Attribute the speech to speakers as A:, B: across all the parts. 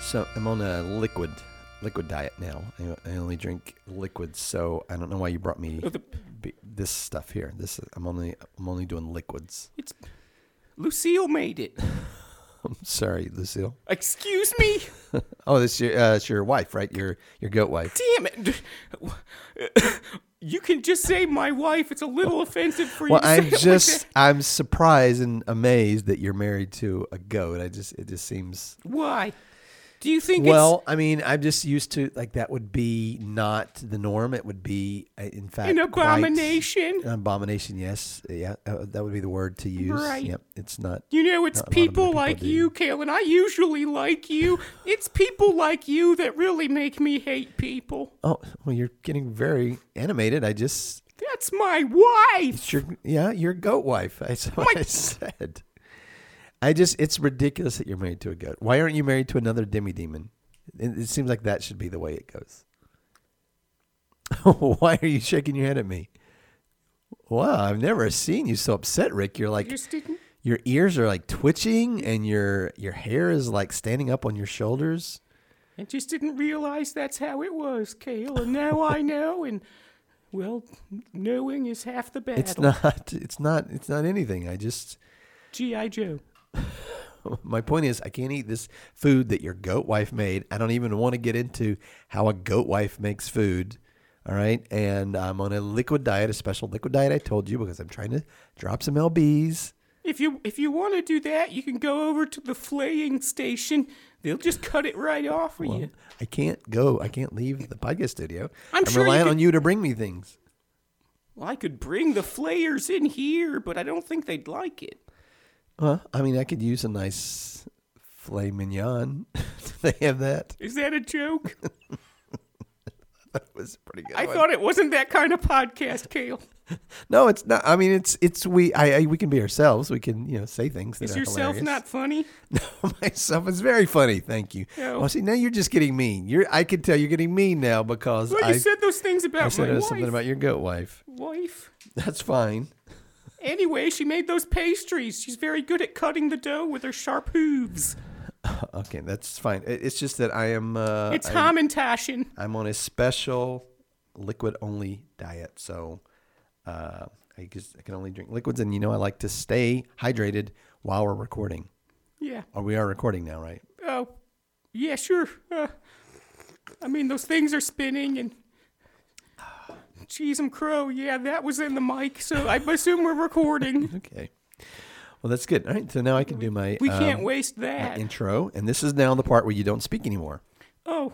A: So I'm on a liquid liquid diet now. I, I only drink liquids, so I don't know why you brought me b- this stuff here. This is- I'm only I'm only doing liquids.
B: It's Lucille made it.
A: I'm sorry, Lucille.
B: Excuse me.
A: Oh, this your uh, it's your wife, right? Your your goat wife.
B: Damn it. You can just say my wife. It's a little offensive for
A: Well,
B: you. to say
A: I'm
B: it like
A: just
B: that.
A: I'm surprised and amazed that you're married to a goat. I just it just seems
B: Why? Do you think?
A: well. I mean, I'm just used to like that would be not the norm. It would be uh, in fact
B: An
A: quite- uh,
B: abomination?
A: An abomination. Yes. Yeah. uh, That would be the word to use.
B: Right.
A: Yep. It's not.
B: it's you know, it's
A: Not a lot of other
B: people
A: people
B: like
A: do.
B: you, Kalen. I usually like you. It's people like you that really make me hate people.
A: Oh, well, you're getting very animated. I just,
B: That's my wife.
A: it's your, yeah, your goat wife. I saw what I said. I just, it's ridiculous that you're married to a goat. Why aren't you married to another demi demon? It, it seems like that should be the way it goes. Why are you shaking your head at me? Wow, I've never seen you so upset, Rick. You're
B: I
A: like,
B: just didn't.
A: your ears are like twitching, and your your hair is like standing up on your shoulders.
B: I just didn't realize that's how it was, Kale. And now I know. And well, knowing is half the battle.
A: It's not. It's not. It's not anything. I just.
B: GI Joe.
A: My point is, I can't eat this food that your goat wife made. I don't even want to get into how a goat wife makes food. All right. And I'm on a liquid diet, a special liquid diet I told you, because I'm trying to drop some LBs.
B: If you if you want to do that, you can go over to the flaying station. They'll just cut it right off for you.
A: I can't go. I can't leave the podcast studio.
B: I'm sure you
A: relying
B: could-
A: on you to bring me things.
B: Well, I could bring the flayers in here, but I don't think they'd like it.
A: Well, I mean, I could use a nice filet mignon. Do they have that?
B: Is that a joke?
A: That was pretty good.
B: I
A: one.
B: thought it wasn't that kind of podcast, Kale.
A: no, it's not. I mean, it's it's we. I, I we can be ourselves. We can you know say things. That
B: Is
A: are
B: yourself
A: hilarious.
B: not funny?
A: No, myself is very funny. Thank you.
B: No.
A: Well, see, now you're just getting mean. You're, I can tell you're getting mean now because
B: Well,
A: I
B: you said those things about
A: I said
B: my
A: it was
B: wife.
A: something about your goat wife.
B: wife.
A: That's fine.
B: Anyway, she made those pastries. She's very good at cutting the dough with her sharp hooves.
A: Uh, Okay, that's fine. It- It's just that I am. Uh,
B: It's
A: I'm,
B: Hamantashen.
A: I'm on a special liquid only diet, so uh, I just I can only drink liquids, and you know I like to stay hydrated while we're recording.
B: Yeah.
A: Or we are recording now, right?
B: Oh, yeah, sure. Uh, I mean, those things are spinning and. Cheese and Crow, yeah, that was in the mic, so I assume we're recording.
A: Okay. Well, that's good. All right, so now I can do my
B: We can't
A: um,
B: waste
A: my
B: that.
A: intro, and this is now the part where you don't speak anymore.
B: oh,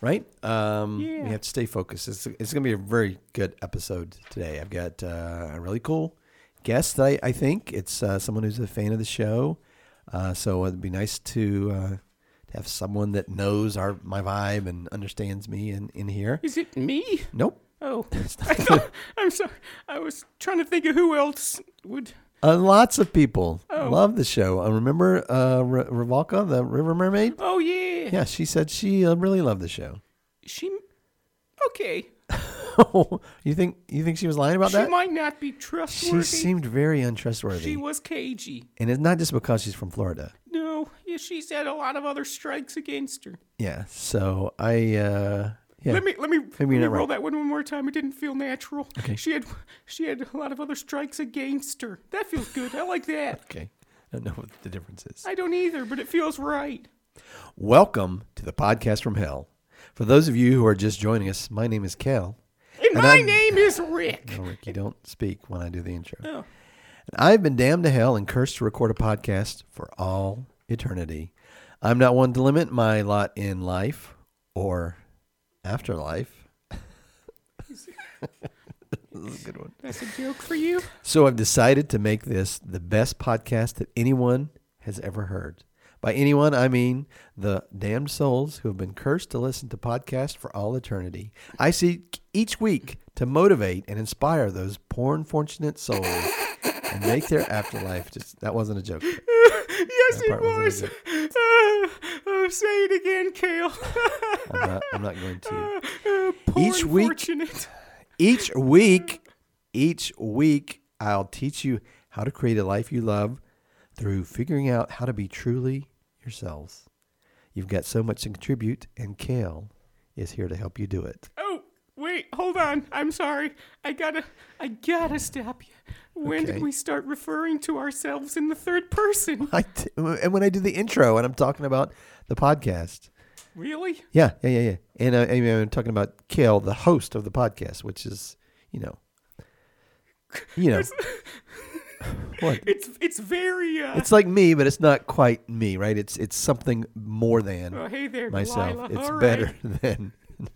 A: right? Um,
B: Yeah.
A: We have to stay focused. It's, it's going to be a very good episode today. I've got uh, a really cool guest, I, I think. It's uh, someone who's a fan of the show. Uh, so it'd be nice to, uh, to have someone that knows our my vibe and understands me in, in here.
B: is it me?
A: Nope.
B: Oh, I thought, I'm sorry. I was trying to think of who else would.
A: Uh, lots of people
B: Oh.
A: love the show. Uh, remember uh, R- Ravalka, the River Mermaid?
B: Oh, yeah.
A: Yeah, she said she uh, really loved the show.
B: She. Okay.
A: you think you think she was lying about
B: She
A: that?
B: might not be
A: She
B: trustworthy.
A: seemed very untrustworthy.
B: She was cagey.
A: And it's not just because she's from Florida.
B: No, yeah, she's had a lot of other strikes against her.
A: Yeah. So I, uh, yeah.
B: Let me let me, let
A: you're
B: me
A: not
B: roll
A: right.
B: that one one more time. It didn't feel natural. She had she had a lot of other strikes against her. That feels good. I like that.
A: okay. I don't know what the difference is.
B: I don't either, but it feels right.
A: Welcome to the podcast from hell. For those of you who are just joining us, my name is Cal.
B: And,
A: And
B: my
A: I'm-
B: name is Rick.
A: No, Rick, you don't speak when I do the intro.
B: Oh.
A: And I've been damned to hell and cursed to record a podcast for all eternity. I'm not one to limit my lot in life or afterlife. This is a good one.
B: That's a joke for you.
A: So I've decided to make this the best podcast that anyone has ever heard. By anyone, I mean the damned souls who have been cursed to listen to podcasts for all eternity. I seek each week to motivate and inspire those poor, unfortunate souls and make their afterlife. Just that wasn't a joke.
B: yes, it
A: part wasn't
B: was.
A: good.
B: Uh, uh, say it again, Kale.
A: I'm not, I'm not going to.
B: Uh, poor
A: Each week-
B: unfortunate.
A: Each week, each week, I'll teach you how to create a life you love through figuring out how to be truly yourselves. You've got so much to contribute, and Kale is here to help you do it.
B: Oh, wait, hold on. I'm sorry. I gotta, I gotta stop you. When
A: Okay.
B: did we start referring to ourselves in the third person?
A: I t- and when I do the intro, and I'm talking about the podcast.
B: Really?
A: Yeah, yeah, yeah, yeah. And, uh, and I'm talking about Kale, the host of the podcast, which is, you know, you know, what?
B: It's it's very. Uh,
A: It's like me, but it's not quite me, right? It's it's something more than.
B: oh, hey there,
A: myself.
B: Delilah.
A: It's
B: All right.
A: better than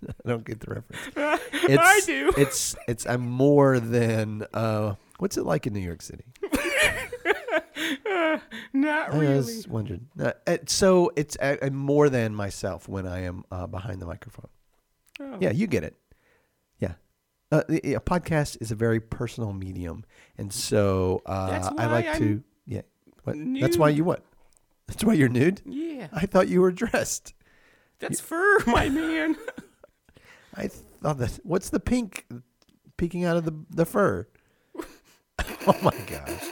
A: I don't get the reference. It's,
B: I do.
A: It's it's I'm more than uh what's it like in New York City?
B: Not
A: I
B: really.
A: was wondering. Uh, it- so it's I, I'm more than myself when I am uh, behind the microphone.
B: Oh.
A: Yeah, you get it. Yeah. Uh, i- i- a podcast is a very personal medium, and so uh,
B: That's
A: I
B: why
A: like to.
B: I'm
A: Yeah, what? that's why
B: nude.
A: you what? That's why you're nude.
B: Yeah,
A: I thought you were dressed.
B: that's fur, my man.
A: I thought that. What's the pink peeking out of the the fur? oh my gosh!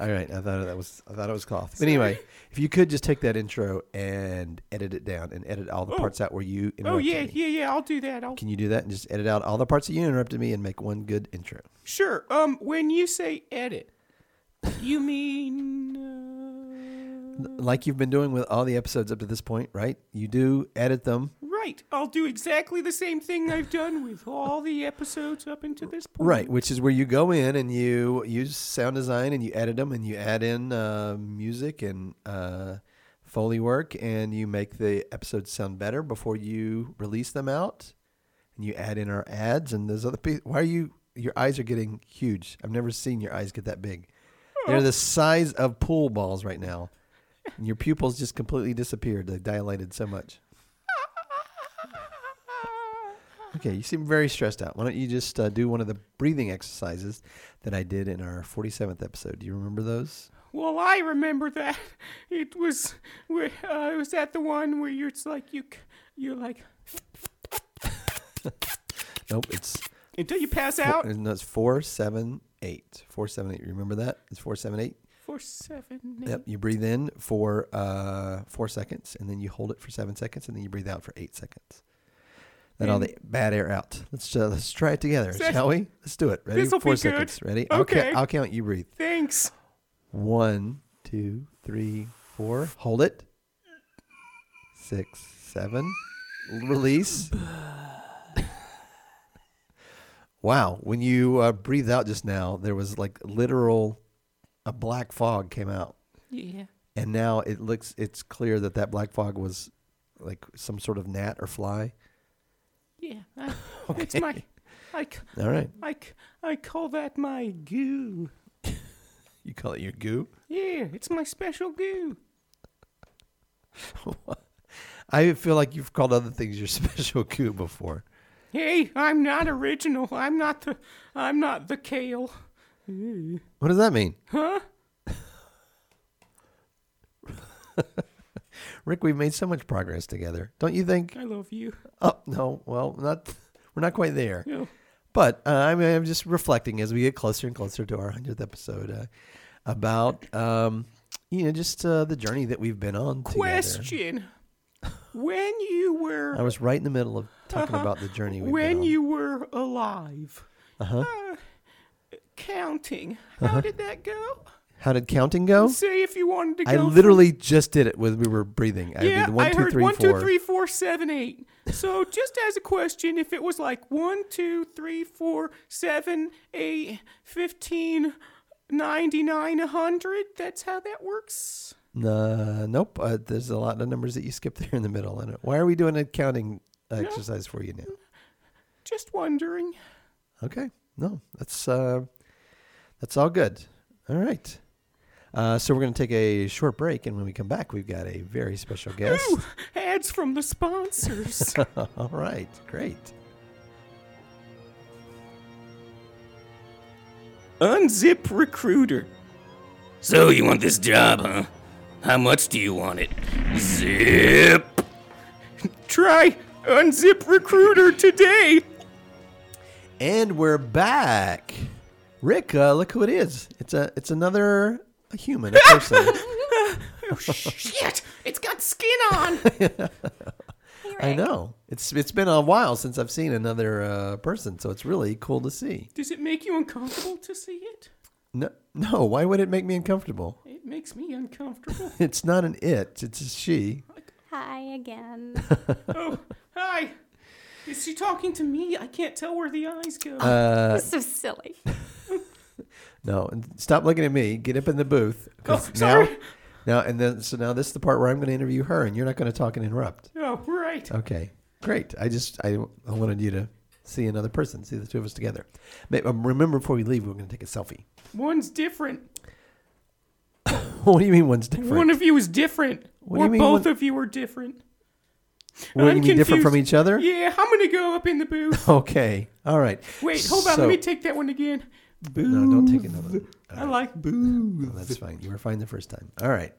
A: All right, I thought that was I thought it was cloth. But anyway, if you could just take that intro and edit it down and edit all the parts out where you interrupted
B: Oh yeah,
A: me.
B: yeah, yeah. I'll do that. I'll
A: Can you do that and just edit out all the parts that you interrupted me and make one good intro?
B: Sure. Um, when you say edit, you mean uh,
A: Like you've been doing with all the episodes up to this point, right? You do edit them.
B: right? I'll do exactly the same thing I've done with all the episodes up into this point.
A: Right, which is where you go in and you use sound design and you edit them and you add in uh, music and uh, foley work and you make the episodes sound better before you release them out. And you add in our ads and those other people. Why are you? Your eyes are getting huge. I've never seen your eyes get that big. They're the size of pool balls right now. And your pupils just completely disappeared. They dilated so much. Okay, you seem very stressed out. Why don't you just uh, do one of the breathing exercises that I did in our 47th episode? Do you remember those?
B: Well, I remember that. It was where uh, it was that the one where you're it's like you c- you're like
A: Nope, it's
B: until you pass
A: four, uh,
B: out
A: no, it's four seven eight. Four seven eight. Remember that? It's four seven eight.
B: for seven.
A: Yep. You breathe in for uh, four seconds, and then you hold it for seven seconds, and then you breathe out for eight seconds. Then
B: Mm.
A: all the bad air out. Let's uh, let's try it together,
B: Sec-
A: shall we? Let's do it. Ready?
B: This'll be
A: Four
B: good.
A: seconds. Ready? I'll ca-
B: Okay.
A: I'll count. You breathe.
B: Thanks.
A: One, two, three, four. Hold it. Six, seven. Release. wow. When you uh, breathed out just now, there was like literal, a black fog came out.
B: Yeah.
A: And now it looks, it's clear that that black fog was like some sort of gnat or fly.
B: Yeah. I, It's my I, c-
A: All right.
B: I, c- I call that my goo.
A: You call it your goo?
B: Yeah, it's my special goo.
A: I feel like you've called other things your special goo before.
B: Hey, I'm not original. I'm not the I'm not the kale.
A: What does that mean?
B: Huh?
A: Rick, we've made so much progress together. Don't you think?
B: I love you.
A: Oh no, well, not we're not quite there.
B: No.
A: But uh, I'm, I'm just reflecting as we get closer and closer to our hundredth episode uh, about um, you know just uh, the journey that we've been on. together.
B: Question. When you
A: I
B: were
A: was right in the middle of talking about the journey. We've been
B: Uh-huh. when
A: on.
B: you were
A: Uh-huh.
B: alive. Uh-huh. counting. How did that go?
A: How did counting go?
B: Say if you wanted to go.
A: Oh. I
B: from-
A: literally just did it when we were breathing. I
B: yeah,
A: did one,
B: I
A: two,
B: heard
A: three,
B: one, two,
A: four.
B: three, four, seven, eight. So just as a question, if it was like one, two, three, four, seven, eight, fifteen, ninety-nine, a hundred, that's how that works.
A: Nah, nope. Uh, there's a lot of numbers that you skipped there in the middle. And why are we doing a counting exercise for you now?
B: Just wondering.
A: Okay. No, that's uh, that's all good. All right. Uh, so we're going to take a short break, and when we come back, we've got a very special guest.
B: Ooh, ads from the sponsors.
A: all right, great.
B: Unzip Recruiter.
C: So you want this job, huh? How much do you want it? Zip!
B: Try Unzip Recruiter today.
A: And we're back. Rick, uh, look who it is. It's a it's another human, a person.
C: Oh,
B: Shit, it's got skin on.
A: I know. It's it's been a while since I've seen another uh, person, so it's really cool to see.
B: Does it make you uncomfortable to see it?
A: No, no. Why would it make me uncomfortable?
B: It makes me uncomfortable.
A: It's not an it. It's a she.
D: Hi again.
B: oh, hi. Is she talking to me? I can't tell where the eyes go.
A: Uh,
D: so silly.
A: No, and stop looking at me. Get up in the booth. 'cause
B: Oh, sorry.
A: Now, now, and then so now this is the part where I'm going to interview her, and you're not going to talk and interrupt.
B: oh, right.
A: Okay, great. I just I, I wanted you to see another person, see the two of us together. Ma- um, Remember, before we leave, we're going to take a selfie.
B: One's different.
A: what do you mean one's different?
B: One of you is different.
A: What do
B: or
A: you mean
B: both
A: one-
B: of you are different.
A: what do you
B: I'm
A: mean different from
B: confused.
A: each other?
B: Yeah, I'm gonna go up in the booth.
A: Okay, all right.
B: Wait, hold on.
A: So-
B: Let me take that one again. Booth.
A: No, don't take another. one.
B: I like booth.
A: That's fine. You were fine the first time. All right.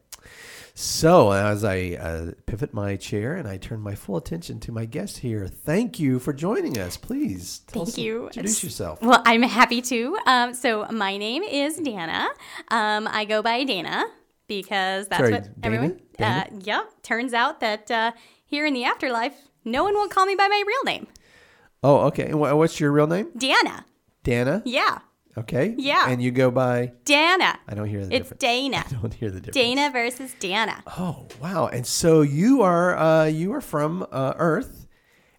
A: So as I uh, pivot my chair and I turn my full attention to my guest here, thank you for joining us. Please tell
D: Thank
A: us-
D: you.
A: Introduce
D: It's-
A: yourself.
D: Well, I'm happy to. Um, so my name is Dana. Um, I go by Dana because that's
A: Sorry,
D: what
A: Dana?
D: everyone.
A: Dana?
D: Uh, yep. Turns out that uh, here in the afterlife, no one will call me by my real name,
A: Oh, okay. And wha- what's your real name?
D: Dana.
A: Dana.
D: Yeah,
A: Okay.
D: Yeah.
A: And you go by.
D: Dana.
A: I don't hear the
D: It's
A: difference.
D: Dana.
A: I don't hear the difference.
D: Dana versus Dana.
A: Oh wow! And so you are uh, you are from uh, Earth,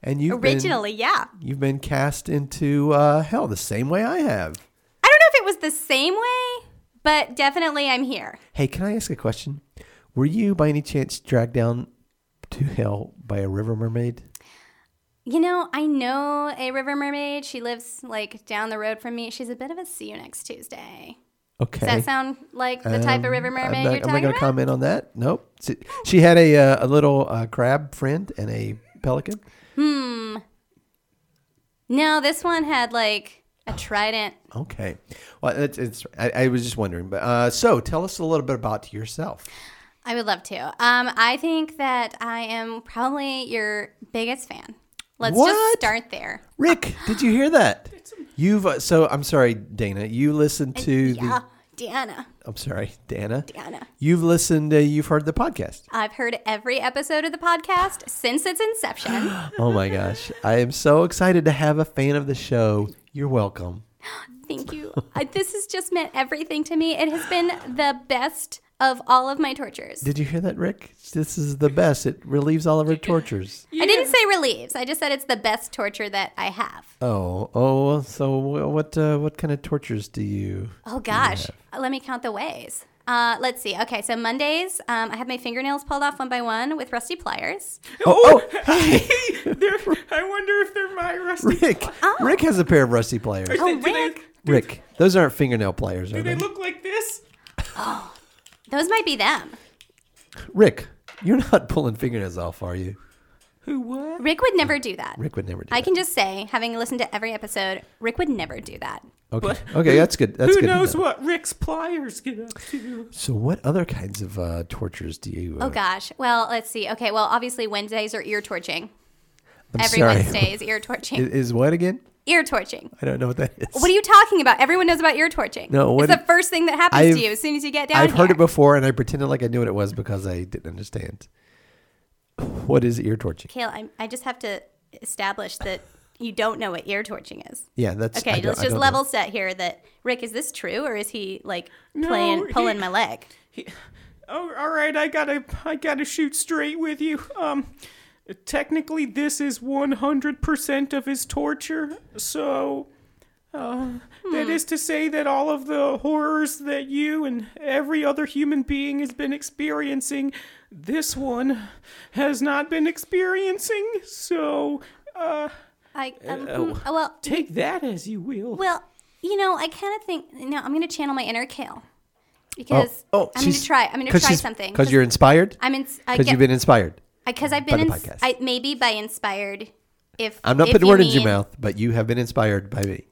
A: and you
D: Originally, yeah.
A: you've been cast into uh, hell the same way I have.
D: I don't know if it was the same way, but definitely I'm here.
A: Hey, can I ask a question? Were you by any chance dragged down to hell by a river mermaid?
D: You know, I know a river mermaid. She lives like down the road from me. She's a bit of a see you next Tuesday.
A: Okay.
D: Does that sound like the type of river mermaid
A: Um, I'm not, I'm
D: you're
A: not
D: talking
A: gonna
D: about?
A: comment on that. Nope. She, she had a uh, a little uh, crab friend and a pelican.
D: No, this one had like a trident.
A: Okay. Well, it's, it's I, I was just wondering, but uh, so tell us a little bit about yourself.
D: I would love to. Um, I think that I am probably your biggest fan. Let's just
A: What?
D: start there.
A: Rick, did you hear that? You've uh, so I'm sorry, Dana. You listened to
D: Yeah,
A: the
D: Ah, Deanna,
A: I'm sorry, Dana.
D: Deanna.
A: You've listened. Uh, you've heard the podcast.
D: I've heard every episode of the podcast since its inception.
A: Oh my gosh, I am so excited to have a fan of the show. You're welcome.
D: Thank you. I, this has just meant everything to me. It has been the best of all of my tortures.
A: Did you hear that, Rick? This is the best. It relieves all of her tortures.
D: I didn't say relieves. I just said it's the best torture that I have.
A: Oh, oh. So what? Uh, what kind of tortures do you?
D: Oh gosh, Uh, let me count the ways. Uh, let's see. Okay, so Mondays, um, I had my fingernails pulled off one by one with rusty pliers.
A: Oh,
B: They're- I wonder if they're my rusty.
A: Rick.
D: Oh.
A: Rick has a pair of rusty pliers.
B: Do- do they-
D: Rick.
A: Rick, those aren't fingernail pliers, are
B: do
A: they?
B: they look like this?
D: Those might be them.
A: Rick, you're not pulling fingernails off, are you?
B: Who what?
D: Rick would never do that.
A: Rick would never do.
D: I
A: that.
D: can just say, having listened to every episode, Rick would never do that.
A: Okay. Okay, that's good. That's
B: Who
A: good. to
B: knows
A: know.
B: what Rick's pliers get up to?
A: So, what other kinds of uh, tortures do you? Uh,
D: Oh gosh. Well, let's see. Okay, well, obviously Wednesdays are ear torching.
A: I'm
D: Every
A: sorry.
D: Wednesday is ear
A: I-
D: torching.
A: Is what again?
D: Ear torching.
A: I don't know what that is.
D: What are you talking about? Everyone knows about ear torching.
A: No, what
D: it's
A: it-
D: the first thing that happens
A: I've-
D: to you as soon as you get down
A: I've heard
D: here.
A: it before, and I pretended like I knew what it was because I didn't understand. What is ear torching?
D: Kayla, I, I just have to establish that you don't know what ear torching is.
A: Yeah, that's I
D: Okay,
A: don't-
D: let's
A: I
D: just
A: don't know.
D: level set here. That Rick, is this true or is he like
B: No,
D: playing
B: he-
D: pulling my leg?
B: Oh, all right. I gotta, I gotta shoot straight with you. Um, technically, this is one hundred percent of his torture. So, uh, that is to say that all of the horrors that you and every other human being has been experiencing, this one has not been experiencing. So, uh,
D: I um, hmm, oh, well,
B: take that as you will.
D: well, you know, I kind of think no. I'm gonna channel my inner Kale because I'm gonna
A: Oh, she's-
D: try. I'm gonna
A: 'cause
D: try
A: she's-
D: something
A: Cause you're inspired.
D: I'm in.
A: Because you've been inspired.
D: because I've
A: by
D: been
A: the
D: ins-
A: podcast.
D: I, maybe by inspired. If
A: I'm not
D: if
A: putting
D: you
A: words in your
D: mean-
A: mouth, but you have been inspired by me.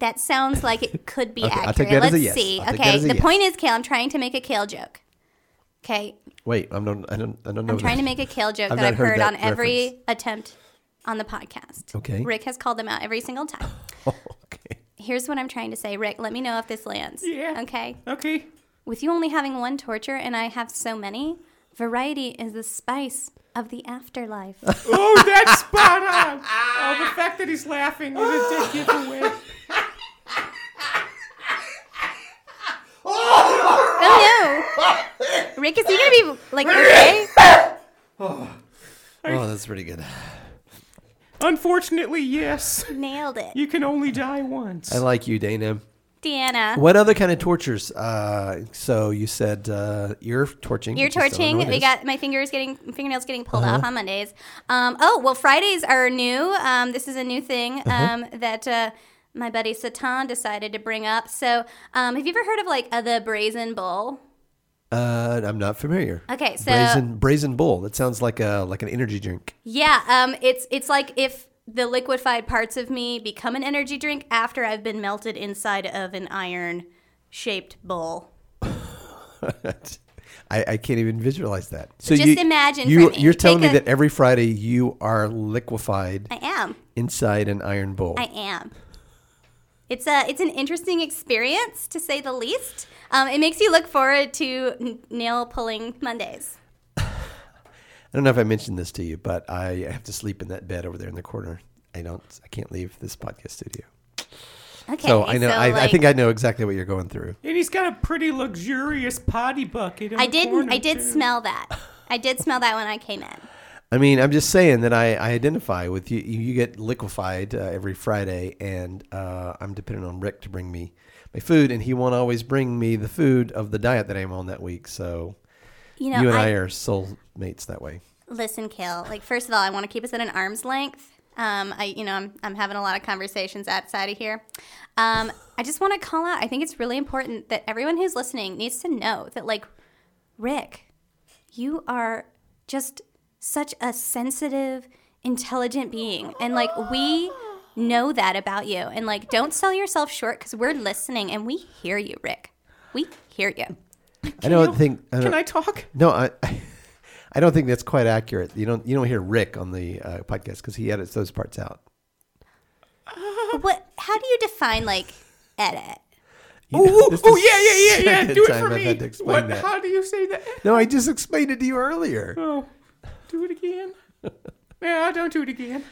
D: That sounds like it could be
A: Okay,
D: accurate.
A: I'll take that as
D: Let's
A: a yes.
D: see.
A: I'll take that
D: okay,
A: as a
D: the
A: yes.
D: point is, Kale, I'm trying to make a Kale joke. Okay,
A: Wait, I'm not. I don't. I don't know.
D: I'm trying to make a Kale joke
A: I've
D: that
A: not
D: I've
A: heard
D: heard,
A: that
D: on every
A: reference.
D: attempt on the podcast.
A: Okay.
D: Rick has called them out every single time.
A: okay.
D: Here's what I'm trying to say, Rick. Let me know if this lands.
B: Yeah.
D: Okay.
B: okay.
D: With you only having one torture and I have so many, variety is the spice of the afterlife.
B: Oh, that's spot on. Oh, the fact that he's laughing is a dead giveaway.
D: oh no! Rick, is he gonna be like okay?
A: Oh, that's pretty good.
B: Unfortunately, yes.
D: Nailed it,
B: You can only die once.
A: I like you, Dana.
D: Deanna.
A: What other kind of tortures? Uh, so you said uh, ear torching.
D: Ear
A: which I still don't know
D: torching.
A: what it
D: We
A: is.
D: got my fingers getting fingernails getting pulled off on Mondays. Um, oh well, Fridays are new. Um, this is a new thing um, that uh, my buddy Satan decided to bring up. So, um, have you ever heard of like uh, the Brazen Bull?
A: Uh, I'm not familiar.
D: Okay, so
A: brazen brazen bull. That sounds like a like an energy drink.
D: yeah, um, it's it's like if the liquefied parts of me become an energy drink after I've been melted inside of an iron shaped bowl.
A: I, I can't even visualize that. So
D: Just imagine
A: you
D: for me.
A: you're telling
D: Take
A: me
D: a-
A: that every Friday you are liquefied
D: I am.
A: inside an iron bowl.
D: I am. It's a it's an interesting experience to say the least. Um, it makes you look forward to n- nail pulling Mondays.
A: I don't know if I mentioned this to you, but I have to sleep in that bed over there in the corner. I don't. I can't leave this podcast studio.
D: Okay,
A: so I know. I, I
D: like,
A: think I know exactly what you're going through.
B: and he's got a pretty luxurious potty bucket. In
D: I
B: the
D: did
B: corner,
D: I did
B: too.
D: smell that. I did smell that when I came in.
A: I mean, I'm just saying that I, I identify with you. You you get liquefied uh, every Friday, and uh, I'm dependent on Rick to bring me my food, and he won't always bring me the food of the diet that I'm on that week. So
D: You know,
A: you and
D: I,
A: I, are soul mates that way.
D: listen, Kale. Like first of all, I want to keep us at an arm's length. Um, I you know I'm I'm having a lot of conversations outside of here. Um, I just want to call out. I think it's really important that everyone who's listening needs to know that like Rick, you are just such a sensitive, intelligent being. And like, we know that about you. And like, don't sell yourself short because we're listening and we hear you, Rick. We hear you.
A: I don't think. I don't,
B: Can I talk?
A: No, I, I don't think that's quite accurate. You don't you don't hear Rick on the uh, podcast because he edits those parts out.
D: What, how do you define like edit?
A: You know, this
B: Oh
A: is
B: yeah, yeah, yeah, yeah.
A: second
B: Do it
A: time
B: for
A: I've
B: me.
A: had to explain
B: What?
A: that.
B: How do you say that?
A: No, I just explained it to you earlier.
B: Oh, do it again. No, don't do it again.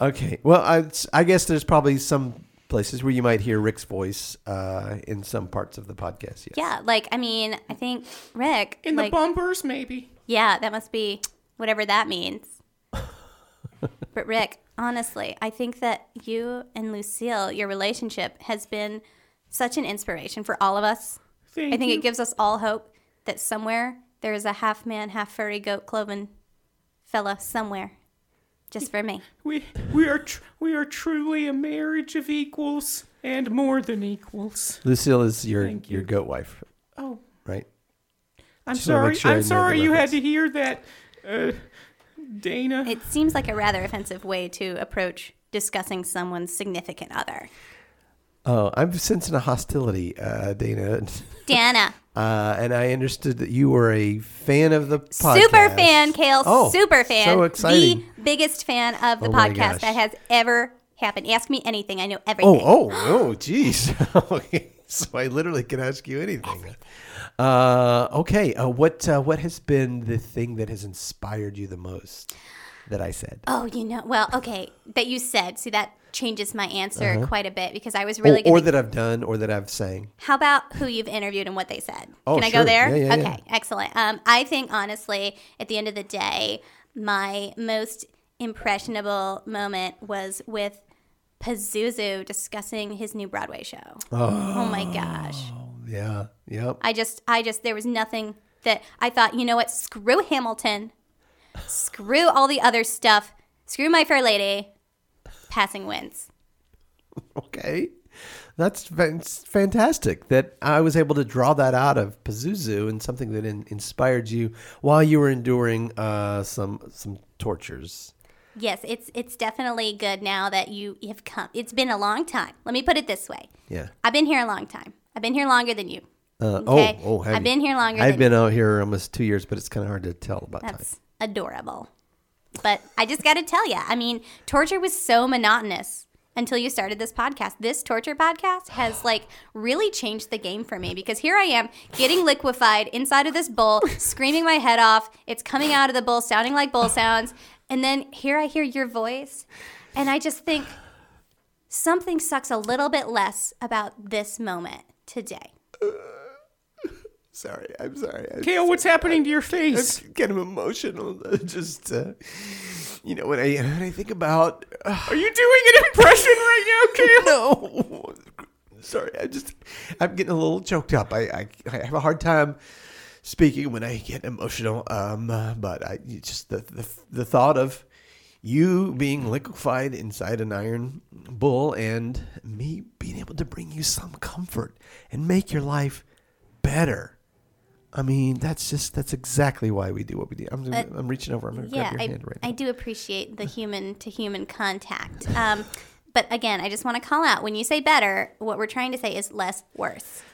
A: Okay. Well, I, I guess there's probably some places where you might hear Rick's voice uh, in some parts of the podcast. Yes.
D: Yeah, like, I mean, I think Rick,
B: In
D: like,
B: the bumpers, maybe.
D: yeah, that must be whatever that means. but Rick, honestly, I think that you and Lucille, your relationship has been such an inspiration for all of us.
B: Thank
D: I think
B: you.
D: it gives us all hope that somewhere there is a half man, half furry goat cloven fella somewhere, just for me.
B: we we are tr- we are truly a marriage of equals and more than equals.
A: Lucille is your
B: Thank
A: your
B: you.
A: goat wife,
B: Oh,
A: right?
B: I'm
A: Just wanna
B: sorry.
A: make sure I know
B: I'm
A: the
B: sorry you had
A: reference.
B: to hear that, uh, Dana.
D: It seems like a rather offensive way to approach discussing someone's significant other.
A: Oh, I'm sensing a hostility, uh, Dana,
D: Dana,
A: uh, and I understood that you were a fan of the podcast.
D: super fan, Kale,
A: Oh,
D: super fan,
A: So exciting!
D: the biggest fan of the
A: Oh my
D: podcast
A: gosh.
D: that has ever happened. Ask me anything; I know
A: Oh,
D: everything.
A: oh, oh, geez. okay. So I literally can ask you anything. Uh, okay. Uh, what uh, what has been the thing that has inspired you the most? that I said.
D: Oh, you know, well, okay, that you said. See, that changes my answer quite a bit because I was really
A: Uh-huh. Oh, or, or
D: gonna-
A: that I've done or that I've sang.
D: How about who you've interviewed and what they said?
A: Oh,
D: Can I
A: sure.
D: go there?
A: Yeah, yeah,
D: okay, excellent. Um, I think honestly, at the end of the day, my most impressionable moment was with Pazuzu discussing his new Broadway show. oh my gosh.
A: Yeah. Yep.
D: I just, I just, there was nothing that I thought, you know what? Screw Hamilton. Screw all the other stuff. Screw My Fair Lady. Passing wins.
A: Okay. That's fan- fantastic that I was able to draw that out of Pazuzu and something that in- inspired you while you were enduring uh, some some tortures.
D: Yes, it's it's definitely good now that you have come. It's been a long time. Let me put it this way.
A: Yeah.
D: I've been here a long time. I've been here longer than you.
A: Uh,
D: Okay.
A: Oh, oh, have
D: I've
A: you-
D: been here longer
A: I've
D: than
A: been out here almost two years, but it's kind of hard to tell about time.
D: That's adorable. But I just got to tell you, I mean, torture was so monotonous until you started this podcast. This torture podcast has like really changed the game for me because here I am getting liquefied inside of this bowl, screaming my head off. It's coming out of the bowl, sounding like bowl sounds. And then here I hear your voice. And I just think something sucks a little bit less about this moment today.
A: Sorry, I'm sorry. I
B: Kale, what's happening to your face?
A: kind of emotional. Just uh, you know when I when I think about.
B: Are you doing an impression right now, Kale?
A: no. Sorry, I just I'm getting a little choked up. I I, I have a hard time speaking when I get emotional. Um, uh, but I you just the the, the thought of you being liquefied inside an iron bull and me being able to bring you some comfort and make your life better. I mean, that's just that's exactly why we do what we do. I'm, I'm reaching over. I'm gonna
D: yeah,
A: grab your
D: I,
A: hand right
D: I do appreciate the human to human contact. Um, but again, I just want to call out when you say better, what we're trying to say is less worse.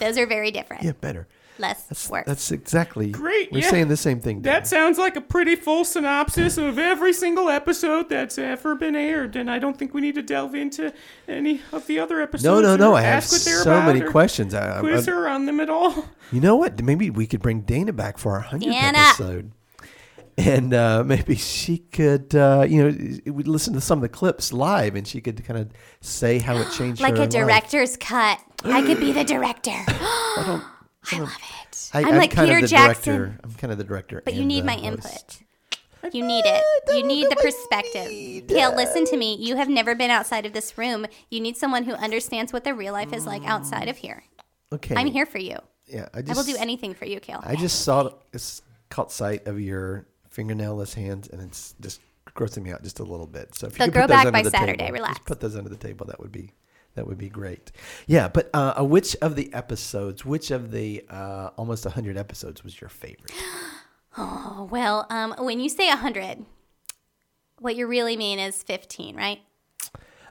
D: Those are very different.
A: now. Yeah, better.
D: Less
A: That's
D: worse.
A: that's exactly
B: Great,
A: We're
B: yeah.
A: saying the same thing. Dan.
B: That sounds like a pretty full synopsis of every single episode that's ever been aired, and I don't think we need to delve into any of the other episodes.
A: No, no,
B: or
A: no. I have
B: ask what they're
A: so
B: about
A: many
B: or
A: questions. I, I'm,
B: Quiz
A: I'm,
B: her on them at all.
A: you know what? Maybe we could bring Dana back for our 100th
D: Dana.
A: episode. And uh, maybe she could, uh, you know, we'd listen to some of the clips live and she could kind of say how it changed
D: like
A: her
D: a director's cut. I could be the director. I love it. I, am
A: am
D: like
A: kind
D: Peter
A: of the
D: Jackson,
A: Director. I'm kind of the director.
D: but you
A: and uh,
D: need
A: the
D: my
A: host.
D: input. You need it. You need the perspective. Gail, listen to me. You have never been outside of this room. You need someone who understands what the real life is like outside of here.
A: Okay.
D: I'm here for you.
A: Yeah, I,
D: I
A: just,
D: will do anything for you, Kale.
A: I just saw, it's caught sight of your fingernailless hands and it's just grossing me out just a little bit. So if you
D: So
A: could
D: grow
A: put those
D: back
A: under
D: by
A: the
D: Saturday,
A: table,
D: relax.
A: Just put those under the table. That would be that would be great. Yeah, but uh, uh, which of the episodes, which of the uh, almost 100 episodes was your favorite?
D: Oh, well, um, when you say 100, what you really mean is 15, right?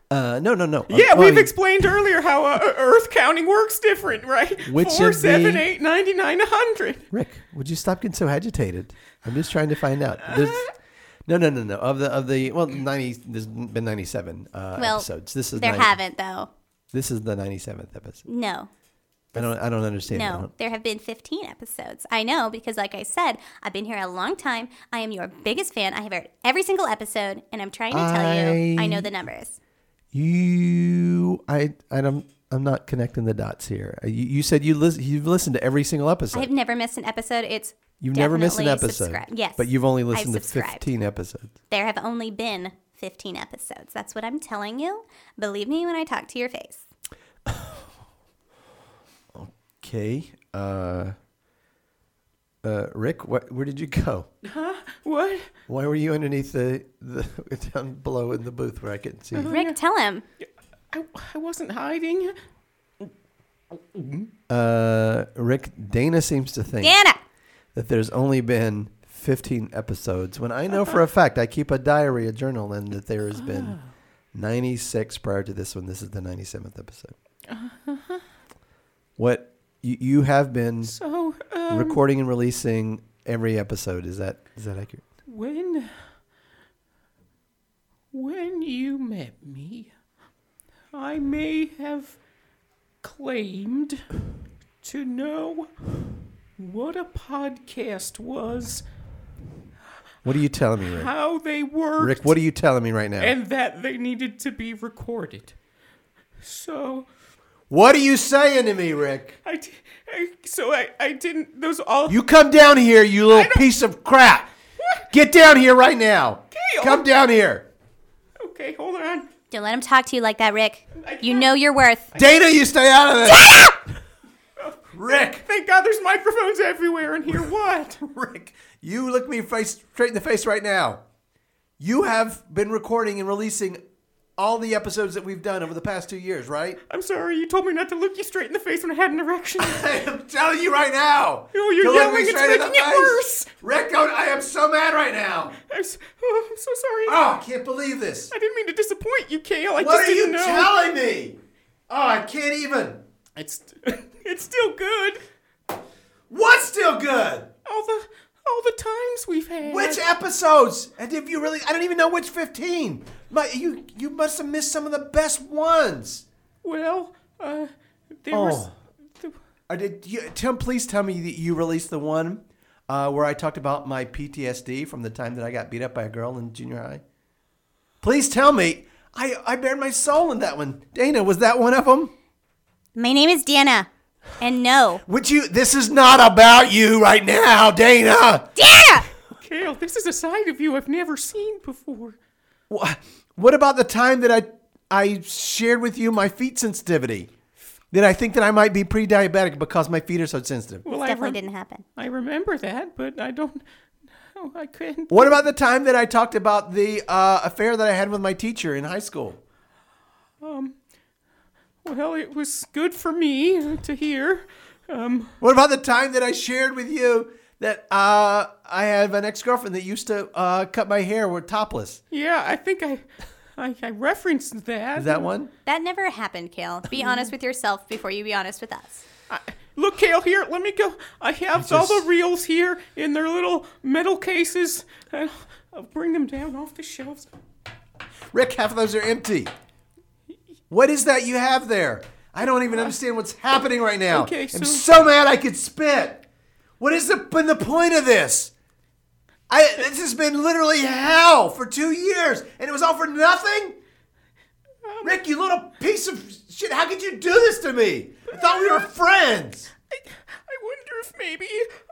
A: Uh, no, no, no.
B: Yeah,
A: Oh,
B: we've
A: you-
B: explained earlier how uh, Earth counting works different, right?
A: Which
B: Four,
A: of the-
B: seven, eight, ninety, nine, a hundred.
A: Rick, would you stop getting so agitated? I'm just trying to find out. There's, no, no, no, no. Of the of the well, 90. There's been 97 uh,
D: Well,
A: episodes. This is
D: There
A: 90
D: haven't, though.
A: This is the 97th episode.
D: No,
A: I don't. I don't understand. I
D: no.
A: don't-
D: There have been 15 episodes. I know because, like I said, I've been here a long time. I am your biggest fan. I have heard every single episode, and I'm trying to tell you I know the numbers.
A: You, I, I don't. I'm not connecting the dots here. Uh, You, you said you lis- you've listened to every single
D: I
A: episode.
D: have never missed an episode. It's
A: you've never missed an
D: definitely
A: episode.
D: subscribed. Yes,
A: but you've only
D: I've
A: listened to
D: subscribed.
A: 15 episodes.
D: There have only been 15 episodes. That's what I'm telling you. Believe me when I talk to your face.
A: Okay, uh, uh, Rick, what, where did you go?
B: What?
A: Why were you underneath the, the down below in the booth where I couldn't see? you?
D: Rick, tell him.
B: I, I wasn't hiding.
A: Uh, Rick, Dana seems to think
D: Dana.
A: that there's only been 15 episodes. When I know for a fact, I keep a diary, a journal, and that there has been
B: Ah.
A: 96 prior to this one. This is the 97th episode. What you, you have been
B: So, uh,
A: recording and releasing every episode? Is that is that accurate?
B: when. When you met me, I may have claimed to know what a podcast was.
A: What are you telling me, Rick?
B: how they worked
A: Rick, what are you telling me right now?
B: and that they needed to be recorded. So
A: what are you saying to me, Rick?
B: I, di- I so I, I didn't those all
A: You come down here, you little piece of crap. Get down here right now.
B: Okay,
A: Come
B: I'll-
A: down here.
B: okay hold on
D: Don't let him talk to you like that, Rick. You know your worth.
A: Dana, you stay out of this. Rick,
B: thank God there's microphones everywhere in here what
A: Rick, you look me face straight in the face right now. You have been recording and releasing all the episodes that we've done over the past two years, right?
B: I'm sorry you told me not to look you straight in the face when I had an erection
A: I am telling you right now.
B: No, you're
A: to look
B: yelling,
A: me
B: it's
A: straight in the
B: making it
A: face.
B: worse.
A: Rick, don't- I am so mad right now.
B: I'm, s- oh, I'm so sorry
A: Oh, I can't believe this.
B: I didn't mean to disappoint you Kale I
A: What
B: just
A: are you
B: didn't know
A: telling me? Oh, I can't even.
B: it's it's still good
A: What's still good?
B: all the all the times we've had
A: Which episodes? And if you really, I don't even know which fifteen. My, you you must have missed some of the best ones.
B: well uh there was
A: Oh. I did you, Tim, please tell me that you released the one uh, where I talked about my PTSD from the time that I got beat up by a girl in junior high. Please tell me. I, I bared my soul in that one. Dana, was that one of them?
D: My name is Dana. And no.
A: Would you? This is not about you right now, Dana.
D: Dana!
B: Kale this is a side of you I've never seen before
A: Wha- What about the time that I I shared with you my feet sensitivity? That I think that I might be pre-diabetic because my feet are so sensitive.
B: well I
D: Definitely
B: rem-
D: didn't happen.
B: I remember that, but I don't. No, I couldn't.
A: What about the time that I talked about the uh, affair that I had with my teacher in high school?
B: Well, it was good for me to hear. Um,
A: What about the time that I shared with you that uh, I have an ex-girlfriend that used to uh, cut my hair with topless?
B: yeah, I think I, I, I referenced that.
A: Is that one?
D: That never happened, Kale. Be honest with yourself before you be honest with us.
B: Look, Kale, here, let me go. I have all the reels here in their little metal cases. I'll, I'll bring them down off the shelves.
A: Rick, half of those are empty. What is that you have there? I don't even understand what's happening right now.
B: Okay,
A: I'm
B: so-
A: so mad I could spit. What has been the point of this? I this has been literally hell for two years, and it was all for nothing. Rick, you little piece of shit! How could you do this to me? I thought we were friends.
B: I, I wonder if maybe,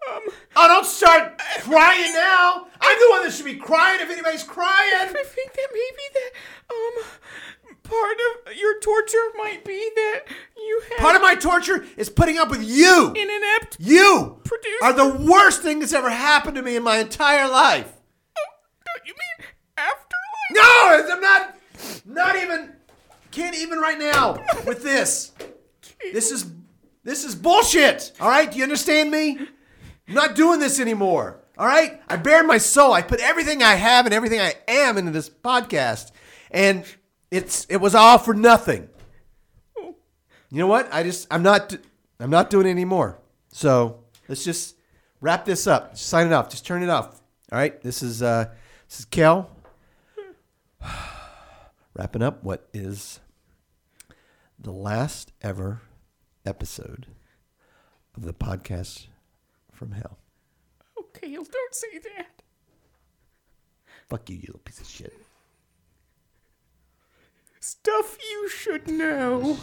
B: um,
A: Oh, don't start crying now. I'm the one that should be crying if anybody's crying.
B: I think that maybe that, um, part of your torture might be that you have
A: Part of my torture is putting up with you.
B: an inept
A: You
B: Producer.
A: are the worst thing that's ever happened to me in my entire life.
B: Don't you mean afterlife?
A: No, I'm not, not even, can't even right now with this. This is, this is bullshit. All right, do you understand me? I'm not doing this anymore. All right, I bared my soul. I put everything I have and everything I am into this podcast, and it's it was all for nothing. You know what? I just I'm not I'm not doing it anymore. So let's just wrap this up. Just sign it off. Just turn it off. All right. This is uh this is Kel. Wrapping up what is the last ever episode of the podcast from hell.
B: Okay, you Oh, don't say that.
A: Fuck you, you little piece of shit.
B: Stuff you should know.